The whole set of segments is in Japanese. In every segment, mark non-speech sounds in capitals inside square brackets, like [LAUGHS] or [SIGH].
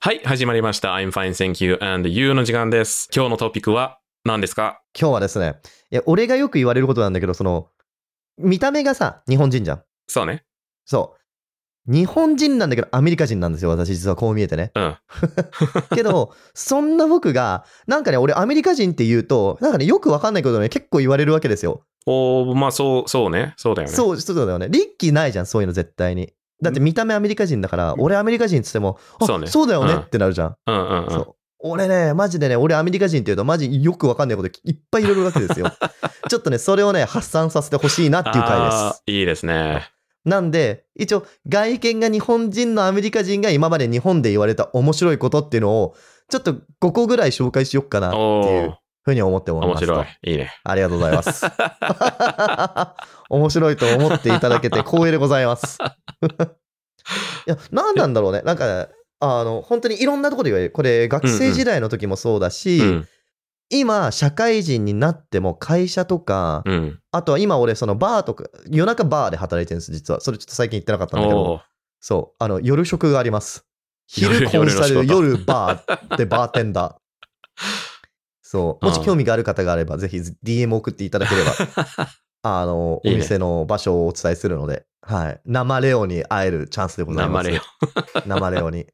はい、始まりました。I'm fine, thank you, and you の時間です。今日のトピックは何ですか今日はですね、いや俺がよく言われることなんだけど、その、見た目がさ、日本人じゃん。そうね。そう。日本人なんだけど、アメリカ人なんですよ、私、実はこう見えてね。うん。 [LAUGHS] けど、そんな僕が、なんかね、俺、アメリカ人って言うと、なんかね、よくわかんないことね、結構言われるわけですよ。おー、まあそう、そうね。そうだよね。う。そう、そうだよね。リッキーないじゃん、そういうの絶対に。だって見た目アメリカ人だから、俺アメリカ人っつっても、あそうねだよねうんってなるじゃん。んうんうん。そう俺ね、マジでね、俺アメリカ人って言うと、マジよくわかんないこといっぱい入れるわけで [LAUGHS] すよ。ちょっとね、それをね、発散させてほしいなっていう回であす。ーいいですね。なんで、一応、外見が日本人のアメリカ人が今まで日本で言われた面白いことっていうのを、ちょっと5個ぐらい紹介しよっかなっておいーう、ふうに思っており面ますと。白い。いいね。ありがとうござ [LAUGHS] います。面白いと思っていただ [LAUGHS] けて光栄でございます。いや、何なんだろうね。なんか、あの、本当にいろんなところで言われる。これ、学生時代の時もそうだし、うん。今、社会人になっても会社とか、うん。あとは今俺、そのバーとか、夜中バーで働いてるんです、実は。それちょっと最近言ってなかったんだけど、おーそう、あの、夜食があります。夜昼コンサル、夜の仕事夜バーでバーテン [LAUGHS] ダー。そう、もし興味がある方があれば、ぜひ DM 送っていただければ。 [LAUGHS] あの、いいおね店の場所をお伝えするので、はい。生レオに会えるチャンスでございま生す。レオ。生レオに。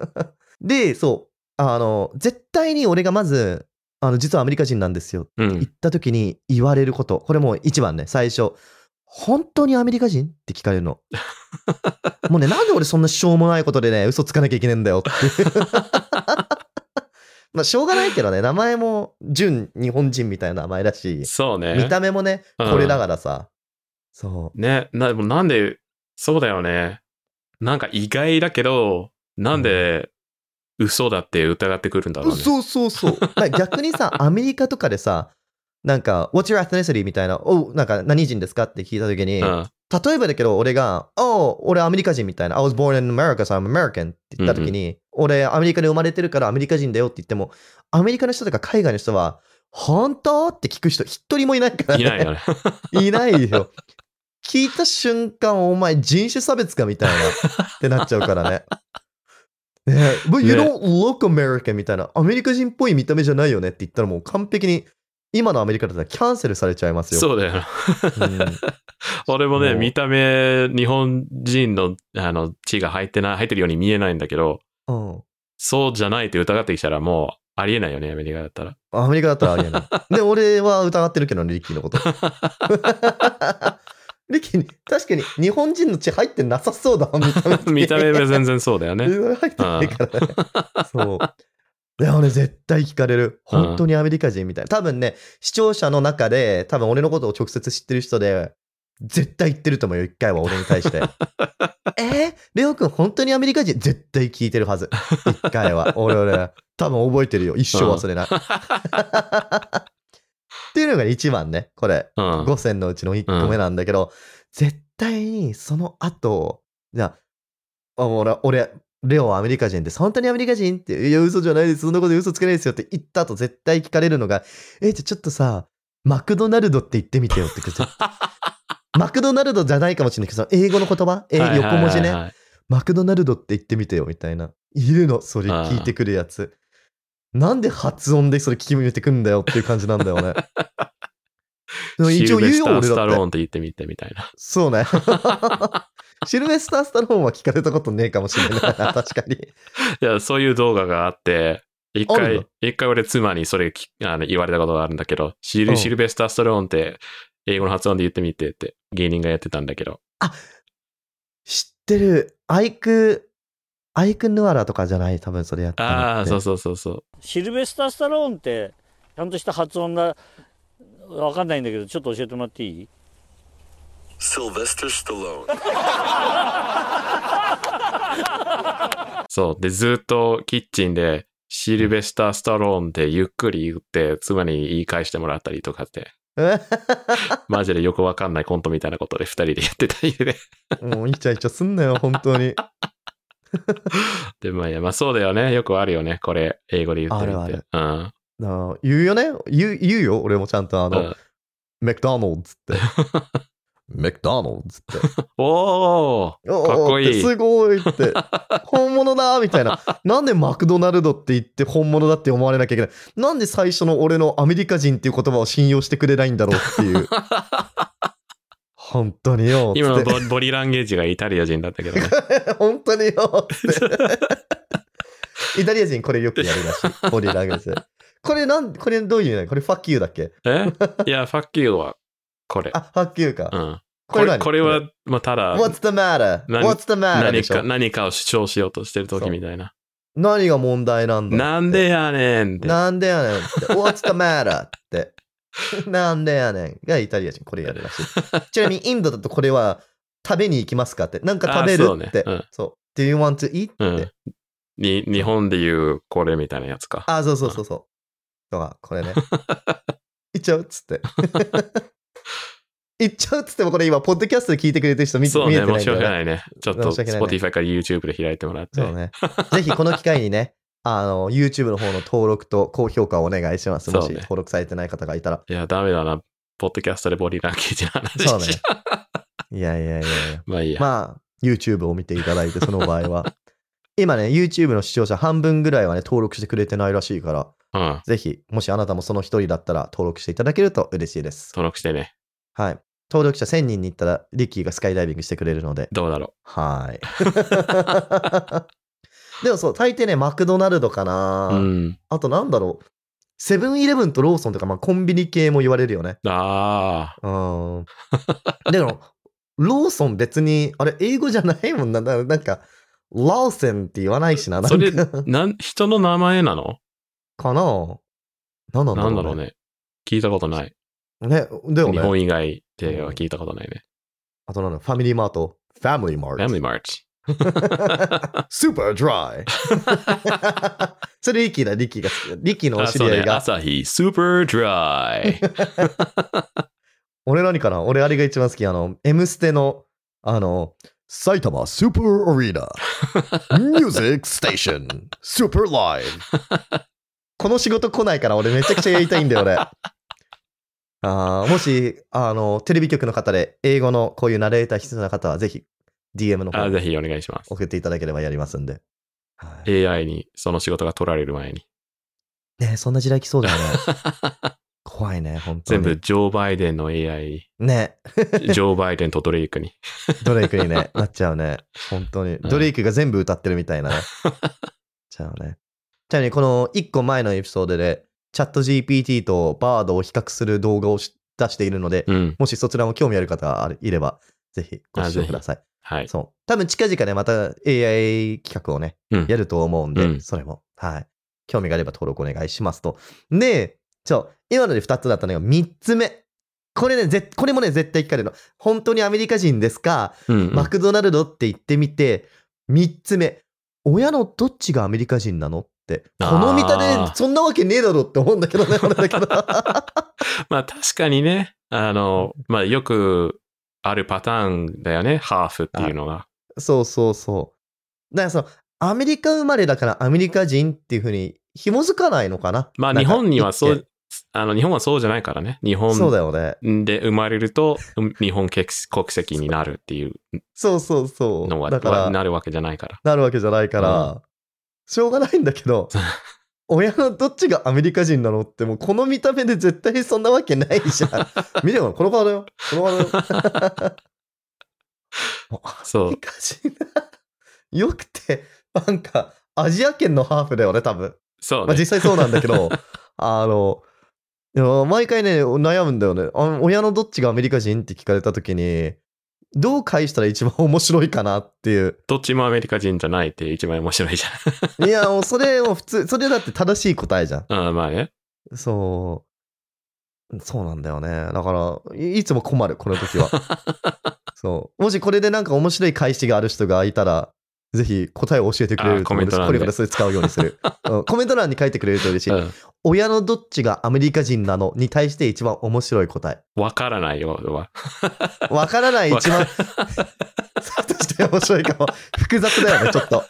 [LAUGHS] で、そう。あの、絶対に俺がまず、あの、実はアメリカ人なんですよ。う行んっ。た時に言われること。これもう一番ね、最初。本当にアメリカ人って聞かれ [LAUGHS] るの。もうね、なんで俺そんなしょうもないことでね、嘘つかなきゃいけないんだよって。 [LAUGHS] まあ、しょうがないけどね、名前も純日本人みたいな名前だし。そうね。見た目もね、うんこれだからさ。そね、な、でもなんで、そうだよね。なんか意外だけど、なんで嘘だって疑ってくるんだろうう。ね。そうそうそう。まあ逆に [LAUGHS] さ、アメリカとかでさ、なんか、What's your ethnicity? みたいな、おうなんか何人ですかって聞いたときに、うん。例えばだけど俺が、おう俺アメリカ人みたいな、I was born in America, so I'm American って言ったときに、俺アメリカで生まれてるからアメリカ人だよって言っても、アメリカの人とか海外の人は、本当って聞く人一人もいないから、いね。ないよ [LAUGHS] ね。いないよ。聞いた瞬間、お前人種差別かみたいな、ってなっちゃうからね。ね But you ね don't look American みたいな、アメリカ人っぽい見た目じゃないよねって言ったらもう完璧に、今のアメリカだったらキャンセルされちゃいますよ。そうだよな。うん俺もね、もう見た目、日本人の、あの、血が入ってない、入ってるように見えないんだけど、うんそうじゃないって疑ってきたらもう、ありえないよね、アメリカだったら。アメリカだったらありえない。で、俺は疑ってるけどね、リッキー [LAUGHS] のこと。リッキー、確かに日本人の血入ってなさそうだ、 [LAUGHS] 見た目見た目は全然 [LAUGHS] そうだよね。入ってないからね。そう。でもね、絶対聞かれる。うん本当にアメリカ人みたいな。多分ね、視聴者の中で、多分俺のことを直接知ってる人で、絶対言ってると思うよ、一回は俺に [LAUGHS] 対して。えー、レオ君、本当にアメリカ人絶対聞いてるはず。一回は。俺、俺、多分覚えてるよ。一生忘れ [LAUGHS] ない。っていうのが一番ね、これ。うん。 5選のうちの1個目なんだけど、絶対にその後、じゃあ、あ俺、俺、レオはアメリカ人です。本当にアメリカ人って、いや、嘘じゃないです。そんなこと嘘つけないですよって言った後、絶対聞かれるのが、え、じゃあちょっとさ、マクドナルドって言ってみてよって [LAUGHS] 言うとマクドナルドじゃないかもしれないけど、その英語の言葉、えはいはいはい横はい文字ね。マクドナルドって言ってみてよみたいな。いるの、それあー聞いてくるやつ。なんで発音でそれ聞き見てくんだよっていう感じなんだ [LAUGHS] よね。でも一応言うシルベスタよ、ー俺スタローだンって。って言ってみてみたいな。そうね。 [LAUGHS] シルベスター・スタローンは聞かれたことねえかもしれない [LAUGHS] な、確かに。いや、そういう動画があって、一あるん回だ、一回俺妻にそれきあの言われたことがあるんだけど、シル,、うんシルベスター・スタローンって英語の発音で言ってみてって芸人がやってたんだけど。知ってる。アイク、アイク・ヌアラとかじゃない、多分それやったのって。ああ、そうそうそうそう。シルベスター・スタローンって、ちゃんとした発音だ、わかんないんだけど、ちょっと教えてもらっていい Sylvester [LAUGHS] Stallone. そう。で、ずっとキッチンで、シルベスター・スタローンってゆっくり言って、妻に言い返してもらったりとか [LAUGHS] って、マジでよくわかんないコントみたいなことで二人でやってたりで。 [LAUGHS] もうイチャイチャすんなよ、本当に。で、まあいや、まあそうだよね。よくあるよね。これ、英語で言ってみて。あるうん。なあ言うよね言う言うよ、俺もちゃんとあの、うん [LAUGHS] マクドナルドって。 McDonald's って。おーおかっこいいおってすご [LAUGHS] いって。本物だみたいな。なんでマクドナルドって言って本物だって思われなきゃいけない。なんで最初の俺のアメリカ人っていう言葉を信用してくれないんだろうっていう。本当によ。今つのってボボディランゲージがイタリア人だったけ [LAUGHS] どね。本当によ。つってイタリア人これよくやるらしい。ボディーランゲージで。これなん、これどういう意味なのこれ fuck you だっけえいや、ファッキューはこれ。あ、fuck you か。うん。ここれれ何これは、まあ、ただ、 What's the matter? 何 What's the matter? で何しょか何かを主張しようとしてるそ時うみたいな。何が問題なんだってなんでやねんって。なんでやねんって。[LAUGHS] What's the matter? って。 [LAUGHS] なんでやねんがイタリア人、これやるらしい。 [LAUGHS] ちなみにインドだとこれは食べに行きますかって。なんか食べあそうるねって。そううん Do you want to eat? って。うん。に、日本で言うこれみたいなやつか。あ、そうそうそうそう。とか、これ [LAUGHS] ね。行っちゃうっつって。 [LAUGHS] 行っちゃうっつってもこれ今、ポッドキャストで聞いてくれてる人見,、そう見えね、てな申いんしだ訳よねないね。ちょっと申し訳ないね Spotify から YouTube で開いてもらって。そうね。ぜひこの機会にね、あの、YouTube の方の登録と高評価をお願いします。もそしうね登録されてない方がいたら。いや、ダメだな。ポッドキャストでボディランゲージの話そうねしちゃ。いやいやいやいや。 [LAUGHS] う。まあいいや。まあ、YouTube を見ていただいて、その場合 [LAUGHS] は。今ね、YouTube の視聴者半分ぐらいはね、登録してくれてないらしいから、うん。ぜひ、もしあなたもその一人だったら登録していただけると嬉しいです。登録してね。はい。登録者1000人に行ったら、リッキーがスカイダイビングしてくれるので、どうだろ [LAUGHS] はい。でもそう、大抵ね、マクドナルドかな、う。うん。あとなんだろう。セブンイレブンとローソンとか、まあコンビニ系も言われるよね。あうーん。でも、ローソン別に、あれ、英語じゃないもんな。 [LAUGHS] ななんか、ローソンって言わないしな。あ。なそれんか、なん、人の名前なのかななんなんだなろうんね。だろうね。聞いたことない。ね。だよ日ね。本以外では聞いたことないね。あとなんだ、ファミリーマート、ファミリーマファミリーーマーチ。ト、スーパードライ。 [LAUGHS] それリッキーだ、リッキーが好き。リッキーのおあ、知そりう合ねい。が。朝日、スーパードライ。 [LAUGHS] 俺何かな俺あれが一番好き。あの、M ステの、あの、埼玉スーパーアリー [LAUGHS] ナ、ミュージックステーション、スーパ [LAUGHS] ーライブ。この仕事来ないから俺めちゃくちゃやりたいんだ [LAUGHS] よ、俺。あーもし、あの、テレビ局の方で英語のこういうナレーター必要な方はぜひ DM のあ、方ぜひお願いします。送っていただければやりますんで。はい、 AI にその仕事が取られる前に。ねえそんな時代来そうだ [LAUGHS] よね。怖いね、本当全に。部、ジョー・バイデンの AI ねに。 [LAUGHS] ジョー・バイデンとドレイクに。ドレイクに [LAUGHS] ね、なっちゃうね。本当に。ドレイクが全部歌ってるみた [LAUGHS] いなね。ちゃうね。ちなみに、この1個前のエピソードで、チャット GPT とバードを比較する動画をし出しているので、うん。もしそちらも興味ある方があるいれば、ぜひご視聴ください。はい。そう。多分近々ね、また AI 企画をね、うんやると思うんで、うんそれも。はい。興味があれば登録お願いしますと。で、ちょ、今ので2つだったのが3つ目。これね、ぜっこれもね、絶対聞かれるの。本当にアメリカ人ですかうんうんマクドナルドって言ってみて、3つ目、親のどっちがアメリカ人なのって、こあーの見た目、そんなわけねえだろって思うんだけどね、 [LAUGHS] 俺だけど。まあ確かにね、あの、まあよくあるパターンだよね、ハーフっていうのが。そうそうそう。だからその、アメリカ生まれだからアメリカ人っていうふうに紐づかないのかな。まあなん日か本にはそ一う、あの日本はそうじゃないからね。日見そうだ本よね。で生まれるとうん日本国籍になるっていうそうそうそう。のはだから、ななるわけじゃないから。るわけじゃないから、うしょうがないんだけ [LAUGHS] ど、親のどっちがアメリカ人なのって、もうこの見た目で絶対そんなわけないじゃ [LAUGHS] ん。見ればこの顔だよ。この顔だよ。そアメうリ。カ人なよくて、なんか、アジア圏のハーフだよね、多分。そうまあ、ね。実際そうなんだけ [LAUGHS] ど、あの、いや毎回ね、悩むんだよね。あ親のどっちがアメリカ人って聞かれたときに、どう返したら一番面白いかなっていう。どっちもアメリカ人じゃないって一番面白いじいや、もうそれも普通、それだって正しい答えじゃゃん。 [LAUGHS] うん、まあね。ん。そう。そうなんだよね。だから、いいつも困る、この [LAUGHS] 時は。そう。もしこれでなんか面白い返しがある人がいたら、ぜひ答えを教えてくれると思うんですあーコメント欄でこれからそれ使うように [LAUGHS] する、うんコメント欄に書いてくれると嬉しい。うん親のどっちがアメリカ人なのに対して一番面白い答え。わからないよ、俺は。わからない一番。そうとして面白いかも。複雑だよね、ちょっと。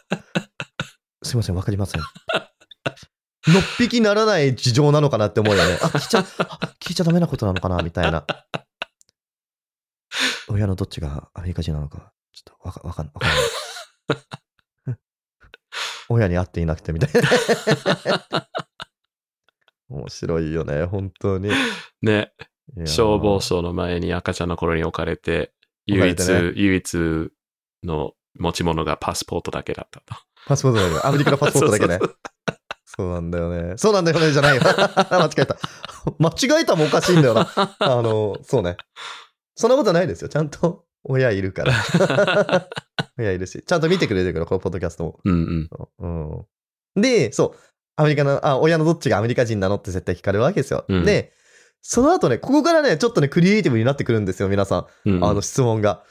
すいません、わかりません。のっぴきならない事情なのかなって思うよね。あ、聞いちゃ、あ聞いちゃダメなことなのかな、みたいな。親のどっちがアメリカ人なのか、ちょっとわかわかんわかんない。 [LAUGHS] 親に会っていなくてみたいな。面白いよね、本当に。いね、やー消防署の前に赤ちゃんの頃に置かれて、置唯かれ一、てね唯一の持ち物がパスポートだけだったと。パスポートだ [LAUGHS] けね。アメリカのパスポートだけね。そうなんだよね。そうなんだよね、じゃないよ。 [LAUGHS] 間違えた。間違えたもおかしいんだよな。あの、そうね。そんなことないですよ。ちゃんと親いるから。 [LAUGHS] 親いるし。ちゃんと見てくれてるから、このポッドキャストも。うんうん。うん。で、そう。アメリカの、あ、親のどっちがアメリカ人なのって絶対聞かれるわけですよ。うんで、その後ね、ここからね、ちょっとね、クリエイティブになってくるんですよ、皆さん。うんうん、あの質問が。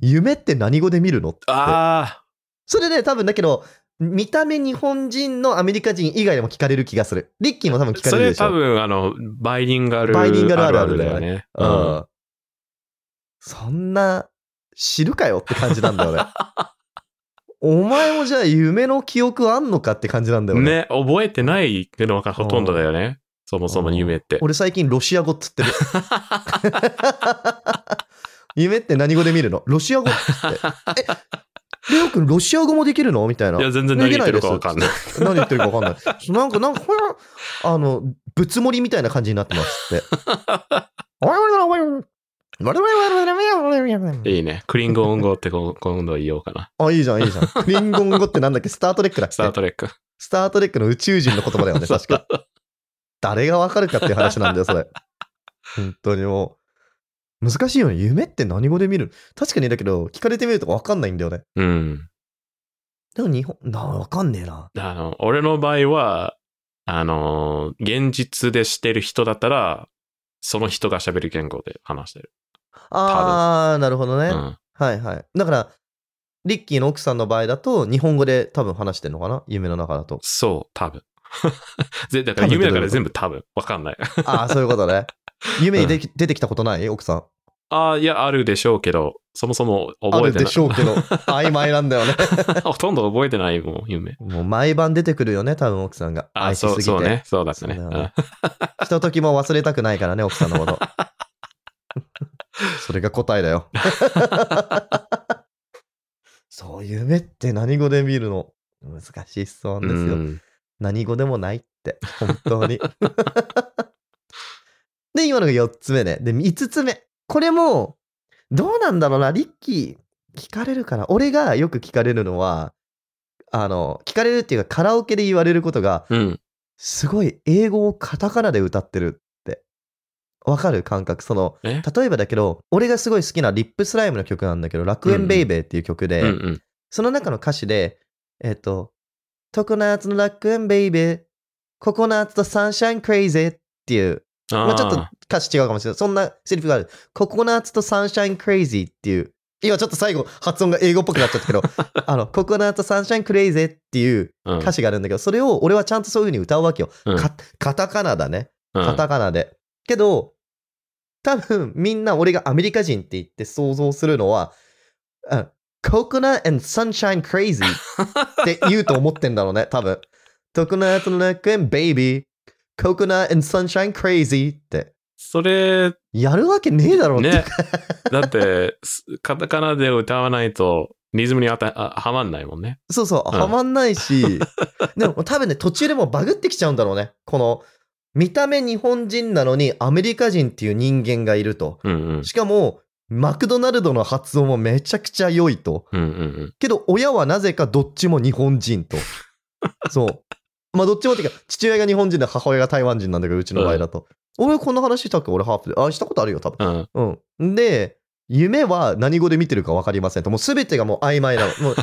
夢って何語で見るのって。あそれで多分だけど、見た目日本人のアメリカ人以外でも聞かれる気がする。リッキーも多分聞あ、かそれるれでしょ。多分、あの、バイリンガルバイリンガルあるあるだだよよね。うん。そんな、知るかよって感じなん [LAUGHS] だよね。お前もじゃあ夢の記憶あんのかって感じなんだようんね。ね、覚えてないのがほとんどだよね。そもそも夢って。俺最近ロシア語っつってる。 [LAUGHS] 夢って何語で見るのロシア語っつって。え、レオ君ロシア語もできるのみたいな。いや、全 [LAUGHS] 然何言ってるかわかんない。何言ってるか分かんない。なんか、なんか、ほら、あの、ぶつもりみたいな感じになってま [LAUGHS] すって。いいね。クリンゴン語ってこ今度言おうかな。あ、いいじゃん、いいじゃん。クリンゴン語ってなんだっけスタートレックだっけスタートレック。スタートレックの宇宙人の言葉だよね、確か。誰がわかるかっていう話なんだよ、それ。本当にもう。難しいよね。夢って何語で見る確かにだけど、聞かれてみるとわかんないんだよね。うん。でも日本、な、わかんねえな。あの、俺の場合は、あのー、現実でしてる人だったら、その人が喋る言語で話してる。あー、なるほどね。うん。。はいはい。だから、リッキーの奥さんの場合だと、日本語で多分話してるのかな夢の中だと [LAUGHS] そう、多分。ぜだから夢だから全部多分。わかんない。ああ、そういうこ [LAUGHS] とね。夢にでき出てきたことない奥さん。ああ、いや、あるでしょうけど、そもそもあ覚えるてない。でしょうけ [LAUGHS] ど、曖昧なんだよね。ほとんど覚えてないもん、夢。もう毎晩出てくるよね、多分奥さんが。あ愛あ、しすそう、ぎて。そうね。そうだったね。そううだよんねひとときも忘れたくないからね、奥さんの [LAUGHS] こと。それが答えだよ。そう、夢って何語で見るの難しい質問ですよ。うん何語でもないって、本当に。で、今のが4つ目ね。で、5つ目。これも、どうなんだろうな、リッキー、聞かれるかな。俺がよく聞かれるのは、あの、聞かれるっていうか、カラオケで言われることが、うん。すごい英語をカタカナで歌ってるって。わかる感覚。その、え例えばだけど、俺がすごい好きなリップスライムの曲なんだけど、楽園ベイベーっていう曲で、うんうん。その中の歌詞で、えっ、と、ココナッツの楽園ベイベー、ココナッツとサンシャインクレイジーっていう、あまあちょっとあ、歌詞違うかもしれない。そんなセリフがある。ココナッツとサンシャインクレイジーっていう、今ちょっと最後発音が英語っぽくなっちゃ [LAUGHS] ったけど、あの、ココナッツとサンシャインクレイジーっていううん歌詞があるんだけど、それを俺はちゃんとそういう風に歌うわけよ。うんかカタカナだね。うんカタカナで。けど、多分みんな俺がアメリカ人って言って想像するのは、あココナッ and sunshine crazy って言うと思ってんだろう [LAUGHS] ね、多分。ココナットの楽園 baby, ココナッ and sunshine crazy って。それ、やるわけねえだろうって。ね。だって、すカタカナで歌わないと、リズムにあたあはまんないもんね。 [LAUGHS] そうそう、うんはまんな [LAUGHS] いし、でも多分ね、途中でもうバグってきちゃうんだろうね。この、見た目日本人なのにアメリカ人っていう人間がいると。うんうん。しかも、マクドナルドの発音もめちゃくちゃ良いと。うんうんけど、親はなぜかどっちも日本人と。そう。まあ、どっちもっていうか、父親が日本人で母親が台湾人なんだけど、うちの場合だと。俺、こんな話したっけ俺、ハーフで。あ、したことあるよ、多分。うん。うん。うん。で、夢は何語で見てるか分かりませんと。もう全てがもう曖昧なの。[LAUGHS] もう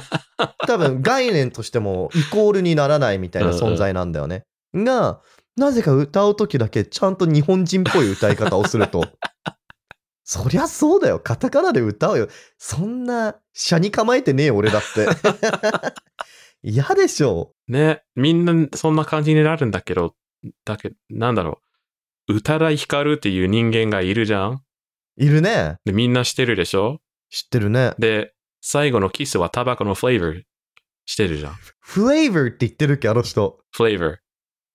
多分概念としてもイコールにならないみたいな存在なんだよね。が、なぜか歌う時だけちゃんと日本人っぽい歌い方をする [LAUGHS] と。そりゃそうだよ。カタカナで歌うよ。そんな、車に構えてねえよ俺 [LAUGHS] だって。嫌でしょ。ね。みんな、そんな感じになるんだけど、だけなんだろう。宇多田ヒカルっていう人間がいるじゃんいるね。で、みんなしてるでしょ知ってるね。で、最後のキスはタバコのフレーバーしてるじゃん。フレーバーって言ってるっけあの人。フレーバー。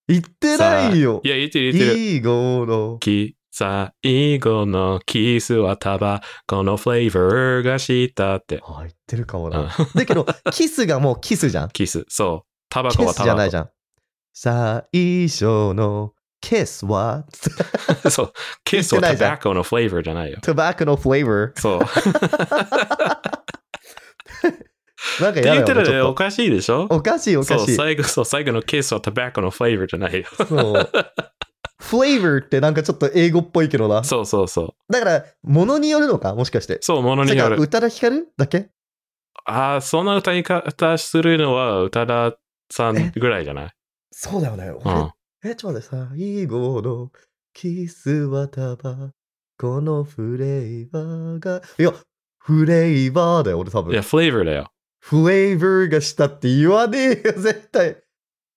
言ってないよい。や、言ってる言ってる。いいゴーロ。キ最後のキスはタバコのフレーバーがしたって。あ、言ってるかもうな。ん [LAUGHS] だ [LAUGHS] けど、キスがもうキスじゃん。キス。そう。タバコキはスタじゃなバいじゃん。最初のキスは、コ。 [LAUGHS] そう。キスはタバコのフレーバーじゃないよ。トバコのフレーバー。そう。なんかって [LAUGHS] や言ってだよ、るちでょおっと。かしいでしょおかしいおかそうしい。最後そう最後のケースはタバコのフレーバーじゃないよ。そう。フレーバーってなんかちょっと英語っぽいけどな。そうそうそう。だから、ものによるのかもしかして。そう、ものてにか、よる。歌田ヒカルだっけああ、そんな歌い方するのは宇多田さんぐらいじゃないそうだよね。う俺ん。え、ちょっと待って、最後のキスはタバコのフレーバーが、いや、フレーバーだよ、俺多いや、分。フレーバーだよ。フレーバーがしたって言わねえよ、 [LAUGHS] 絶対。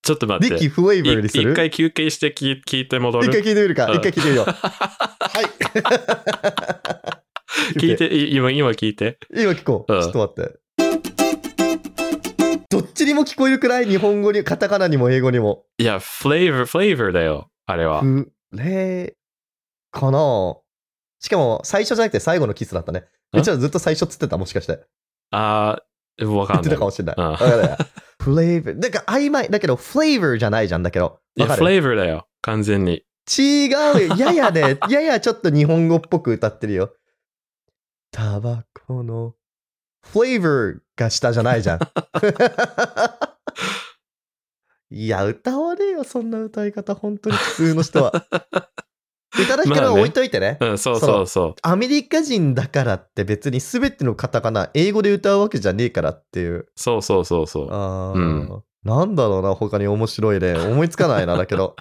ちょっと待リっッて。キいーフレーバーにする一回休憩して聞い聞いて戻一回る。聞いてみるか、うん一回聞いて [LAUGHS] みよう。はい。聞い。て、い今、今聞いて。今聞こう。うんちょっと待って。どっちにも聞こえるくらい日本語に、カタカナにも英語にも。いや、フレーバー、フレーバーだよ。あれは。フレーかなしかも最初じゃなくて最後のキスだったね。んうちはずっと最初っつってたもしかして。ああ、わ言かっんなてたいか。もしれない。うんわかんないフレーバー。なんか曖昧。だけど、フレーバーじゃないじゃん。だけど。いわや、かフるレーバーだよ。完全に。違うよ。ややね。 [LAUGHS] ややちょっと日本語っぽく歌ってるよ。タバコのフレーバーが下じ [LAUGHS] ゃないじゃん。いや、歌わねえよ。そんな歌い方。本当に普通の人は。歌だけは置いといてね。うん、そうそうそう。アメリカ人だからって別に全てのカタカナ英語で歌うわけじゃねえからっていう。そうそうそうそう。ああ、うんなんだろうな、他に面白いね。思いつかな [LAUGHS] いな、だけど。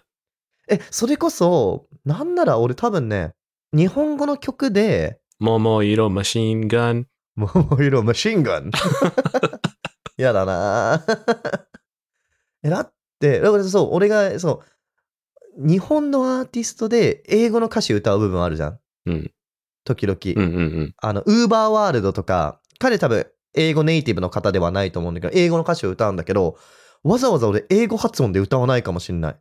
え、それこそ、なんなら俺多分ね、日本語の曲で、桃色マシンガン。桃色マシン [LAUGHS] ガン。やだなぁえ、だって、だからそう、俺が、そう、日本のアーティストで英語の歌詞歌う部分あるじゃん。うん。時々。うんうんうん。あの、ウーバーワールドとか、彼多分、英語ネイティブの方ではないと思うんだけど、英語の歌詞を歌うんだけど、わざわざ俺、英語発音で歌わないかもしれない。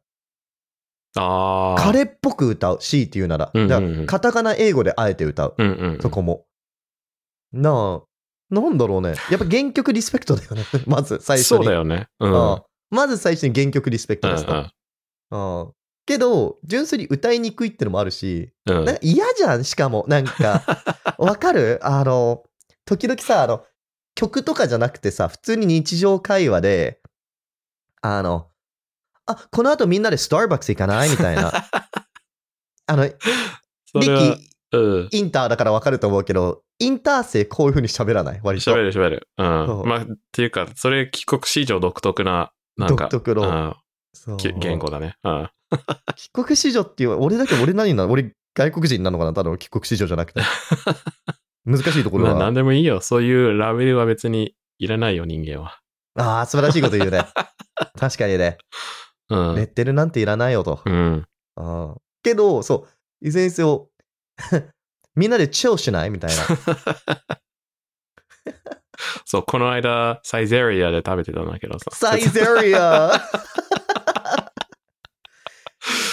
ああ。彼っぽく歌う、C って言うなら。うんうだんうかんら、カタカナ英語であえて歌う、うんうん。そこも。なあ、なんだろうね。やっぱ原曲リスペクトだよね。 [LAUGHS] まず、最初そに。うだよね。うん。うんうんまず最初に原曲リスペクうトですと。んうんけど、純粋に歌いにくいってのもあるし、うん。なんか嫌じゃん、しかも。な [LAUGHS] んか、わかるあの、時々さ、あの、曲とかじゃなくてさ、普通に日常会話で、あの、あ、この後みんなでスターバックス行かないみたい [LAUGHS] な。あの、リそれはッ、キうん。ー、インターだからわかると思うけど、インター生こういう風に喋らない割と。喋る喋る。うんそう。まあ、っていうか、それ帰国史上独特な、なんか、独特のそううんき言語だね。うん。帰国子女っていう、俺だけ俺何なの俺外国人なのかなただの帰国子女じゃな [LAUGHS] くて。難しいところまあ、は。なんでもいいよ。そういうラベルは別にいらないよ、人間は。ああ、素晴らしいこと [LAUGHS] 言うね。確かにね。うん。レッテルなんていらないよとう。ん。うんけど、そう、いずれにせよ、 [LAUGHS] みんなでチェルしないみたいな。そう、この間、サイゼリアで食べてたんだけどさ。サイゼ [LAUGHS] リア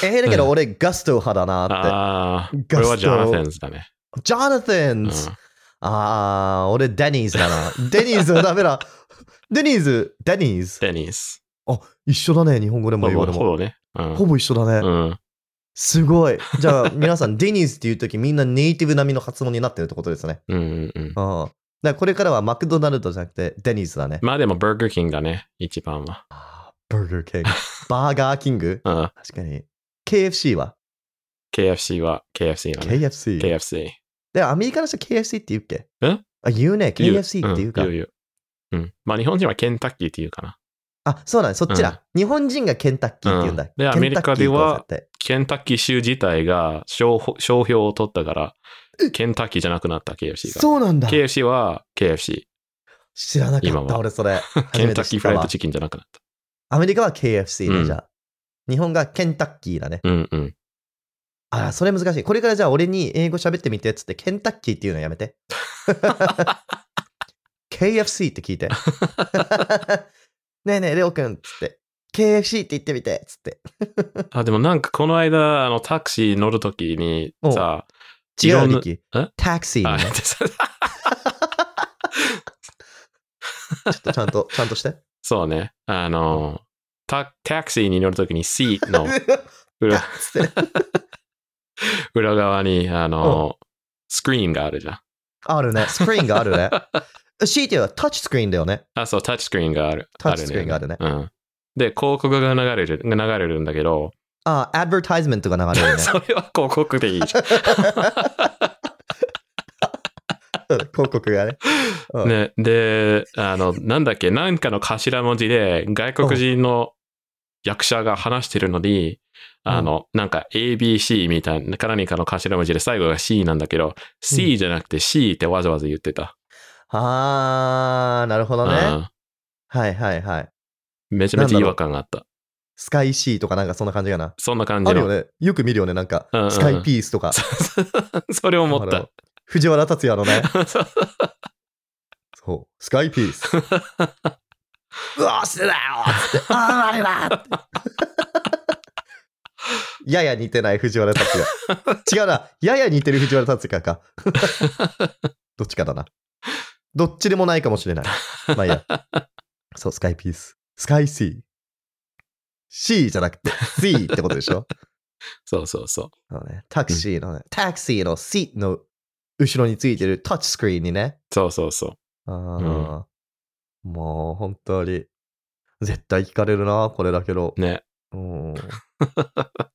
えー、だけど俺、ガスト派だなっああて。ー、これはジョナサンンズだね。ズ。ジョナサうンんズああ、俺、デニーズだな。デニーズはダメだ。 [LAUGHS] デニーズ、デニーズ。デニーズ。あ、一緒だね、日本語でもほ英語ぼ、でほも。ぼね。うんほぼ一緒だね。うん。すごい。じゃあ、皆さん、デニーズっていうとき、みんなネイティブ並みの発音になってるってことですね。うんうんうん。うん。だからこれからはマクドナルドじゃなくて、デニーズだね。まあでも、バーガーキングだね。一番は。バーガー [LAUGHS] キング。バーガーキングうん。確かに。KFC は KFC は KFC だね。 ?KFC。 KFC。で、アメリカの人 KFC って言うっけえあ、言うね。言 KFC って言うかん。言う言ううん。まあ日本人はケンタッキーって言うかな。あ、そうなんそっちだ。日本人がケンタッキーって言うんだ。うんでケンタッキーアメリカではって言うと絶対ケンタッキー州自体が商商標を取ったから、ケンタッキーじゃなくなった KFC が。そうなんだ。 KFC は KFC。知らなか今った、は俺それ。ケ初めンタてッ知キっーフたライドわ。チキンじゃなくなっアメリカは KFC うね、んじゃあ。日本がケンタッキーだね。た。うん [LAUGHS] うん。あ、それ難しい。これからじゃあ俺に英語喋ってみてっつって、ケンタッキーっていうのやめて。KFC って聞いて。ねえねえ、レオくんっつって。 KFC って言ってみて、つって。あ、でもなんかこの間、あの、タクシー乗るときにおさ、い違ろう、んなリキえ。タクシーあに、ちね、ょっとちょっとちゃんと、ちゃんとして。 [LAUGHS] そうね。あの、タタクシーに乗るときに C [LAUGHS] の裏つってね。裏側に、あの、スクリーンがあるじゃん。あるね。スクリーンがある [LAUGHS] ね。強いて言えばタッチスクリーンだよね。あ、そう、タッチスクリーンがある。タッチスクリーンがあるねうん。で、広告が流れる、流れるんだけど、ああ、アドバタイズメントが流れるね。それは広告 [LAUGHS] でいいじゃん。広告が [LAUGHS] ね。うんね、で、あの、なんだっけ、なんかの頭文字で、外国人の役者が話してるのに、うんあの、なんか ABC みたいな、何かの頭文字で最後が C なんだけど、C じゃなくて C ってわざわざ言ってた。あー、なるほどね。あはいはいはい。めちゃめちゃ違和感があった。スカイシーとかなんかそんな感じかな。そんな感じあるの。よね。よく見るよね。なんかうんうんう、んスカイピースとか。 [LAUGHS] それを思っあたの。藤原竜也 [LAUGHS] のね。そうそう。スカイピース。 [LAUGHS] うわ、してだよつって、あー、あれだって [LAUGHS] やや似てない藤原竜也。違うな。やや似てる藤原竜 [LAUGHS] 也か。どっちかだな。どっちでもないかもしれない。まあいいや。そう、スカイピース。スカイシー。C じゃなくて C ってことでしょそうそうそう。そうね、タクシーのね、タクシーのシートの後ろについてるタッチスクリーンにね。そうそうそう。あーもう本当に、絶対聞かれるな、これだけど。ね。うん。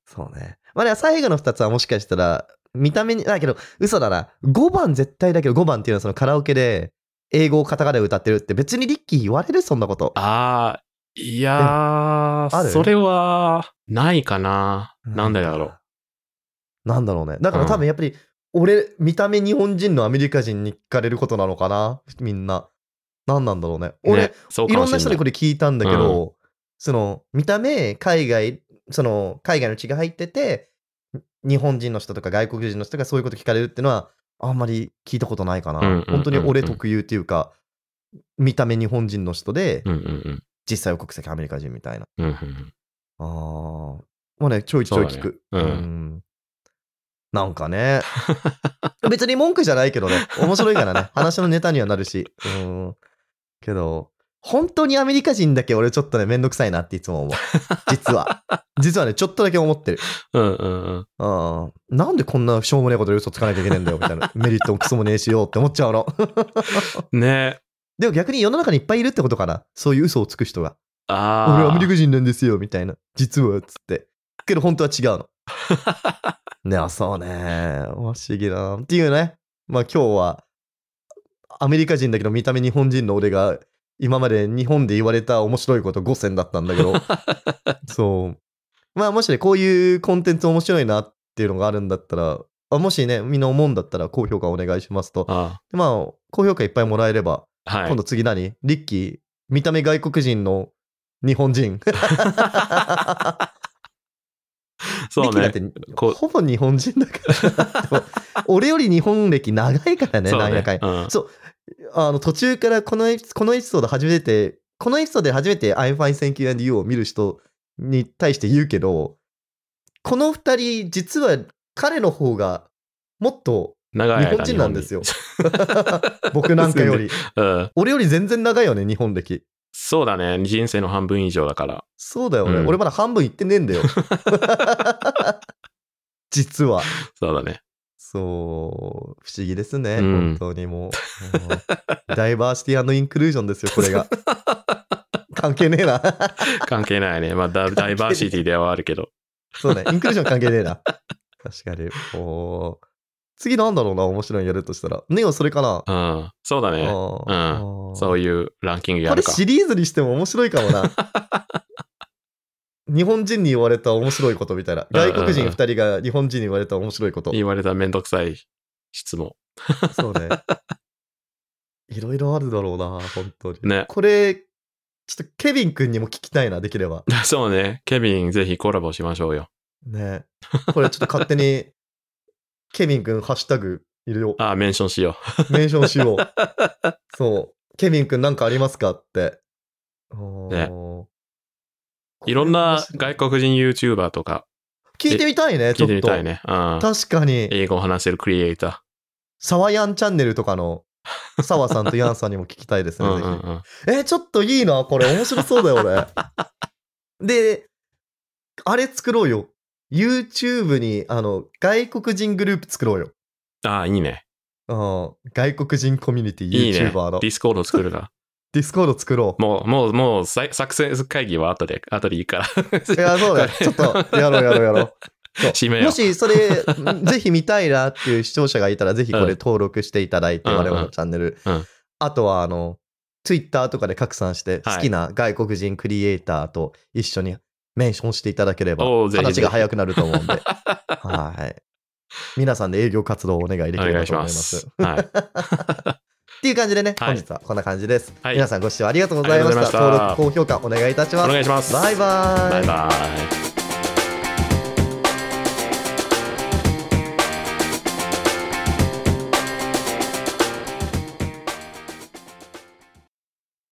そうね。まあ、でも最後の2つはもしかしたら、見た目に、だけど、嘘だな。5番絶対だけど、5番っていうのはそのカラオケで、英語をカタカナで歌ってるって別にリッキー言われるそんなこと。ああ、いやあー、るそれは、ないかな。なんでだろう。なんだろうね。だから多分やっぱり、俺、見た目日本人のアメリカ人に聞かれることなのかなみんな。なんなんだろうね。俺、ね、そういかろもんしれなない人にこれ聞いたんだけど、その、見た目、海外、その、海外の血が入ってて、日本人の人とか外国人の人がそういうこと聞かれるっていうのは、あんまり聞いたことないかな。うんうんうんうん本当に俺特有っていうか、見た目日本人の人で、うんうん実際は国籍アメリカ人みたいな。うん。うんうんあーまあね、ちょいちょい聞く。そうだねうんんなん [LAUGHS] かね。別に文句じゃないけどね。面白いか [LAUGHS] らね。話のネタにはなるし。うん。けど、本当にアメリカ人だけ俺ちょっとね、めんどくさいなっていつも思う。実は。実はね、ちょっとだけ思ってる。うんうんうん。うん。なんでこんなしょうもねえことで嘘つかなきゃいけねえんだよ、みたいな。メリットもクソもねえしようって思っちゃうの。ねでも逆に世の中にいっぱいいるってことかな。そういう嘘をつく人が。あ俺アメリあ。カ人なんですよみたいな実はつってけど本当は違う [LAUGHS] のねあそうね不思議だなっていうねまあ今日はアメリカ人だけど見た目日本人の俺が今まで日本で言われた面白いこと5選だったんだ [LAUGHS] けどそうまあもしねこういうコンテンツ面白いなっていうのがあるんだったらあもしねみんな思うんだったら高評価お願いしますとあでまあ高評価いっぱいもらえればあはい今。度次何リッキー、見た目外国人の日本人。そ [LAUGHS] リうッキーだねっ。てこうほぼ日本人だか [LAUGHS] ら。でも俺より日本歴長いからね、そうなんやねかんや。うんあの途中からこのエピこのエピソード初めて、このエピソードで初めて I'm fine, thank you and you を見る人に対して言うけど、この二人、実は彼の方がもっと長日い間本人なんですよ日。僕なんかよ本り。人うん。俺より全然長いよね、日本歴。そうだね。人生の半分以上だから。そうだよね。うん俺まだ半分いってねえん [LAUGHS] だよ。実は。そうだね。そう、不思議ですね。うん本当にもう。うんダイバーシティインクルージョンですよ、これ [LAUGHS] が。関係ねえな。関係ないね。まあ、ダダイバーシティではあるけど。そうね、インクルージョン関係ねえな。確かに。おー次なんだろうな、面白いのやるとしたら。ネオ、それかな。うん。そうだね。あーあーそういうランキングやこるれか。シリーズにしても面白いか [LAUGHS] もな。日本人に言われた面白いことみたいな。外国人2人が日本人に言われた面白いこと。言われためんどくさい質問。そうね。いろいろあるだろうな、本当に。ね。これ、ちょっとケビン君にも聞きたいな、できれば。 [LAUGHS] そうね。ケビン、ぜひコラボしましょうよ。ね。これちょっと勝手に、 [LAUGHS] ケビン君、ハッシュタグ、いるよ。ああ、メンションしよう。メンションしよう。そう。ケビン君なんかありますかって。おーいろんな外国人 YouTuber とか聞いてみたいね、ち聞いょってみと。たいね。うん。確かに、英語を話せるクリエイタサワヤンチャンネルとか [LAUGHS] の、サワさんとヤンさんにも聞きたいですー。うんね、ぜうひんうん。え、ちょっといいな、これ。面白そうだよ、 [LAUGHS] 俺。で、あれ作ろうよ。YouTube に、あの、外国人グループ作ろうよ。ああ、いいね。うん、外国人コミュニティ、いいね。デ YouTuber の。ィスコード作る [LAUGHS] な。ディスコード作ろう。もう、もう、もう、さい作戦会議は後で、後でいいから。いや、そうだよ。ちょっと、やろうやろうやろう。そう締めようもし、それ、 [LAUGHS] ぜひ見たいなっていう視聴者がいたら、ぜひこうんれ登録していただいて、うんうん我々のチャンネルうん。あとは、あの、Twitter とかで拡散して、はい好きな外国人クリエイターと一緒にメンションしていただければ、おうぜひぜひ話が早くなると思うんで。はい。皆さんで営業活動をお願いでおき願ればいしとま思いますす。。はい。っていう感じでね、はい本日はこんな感じです。はい皆さんご視聴ありがとうございまありがしとた。うございました [LAUGHS] 登録、高評価お願いいたしおます。願いします。バイバイ。バイバイ。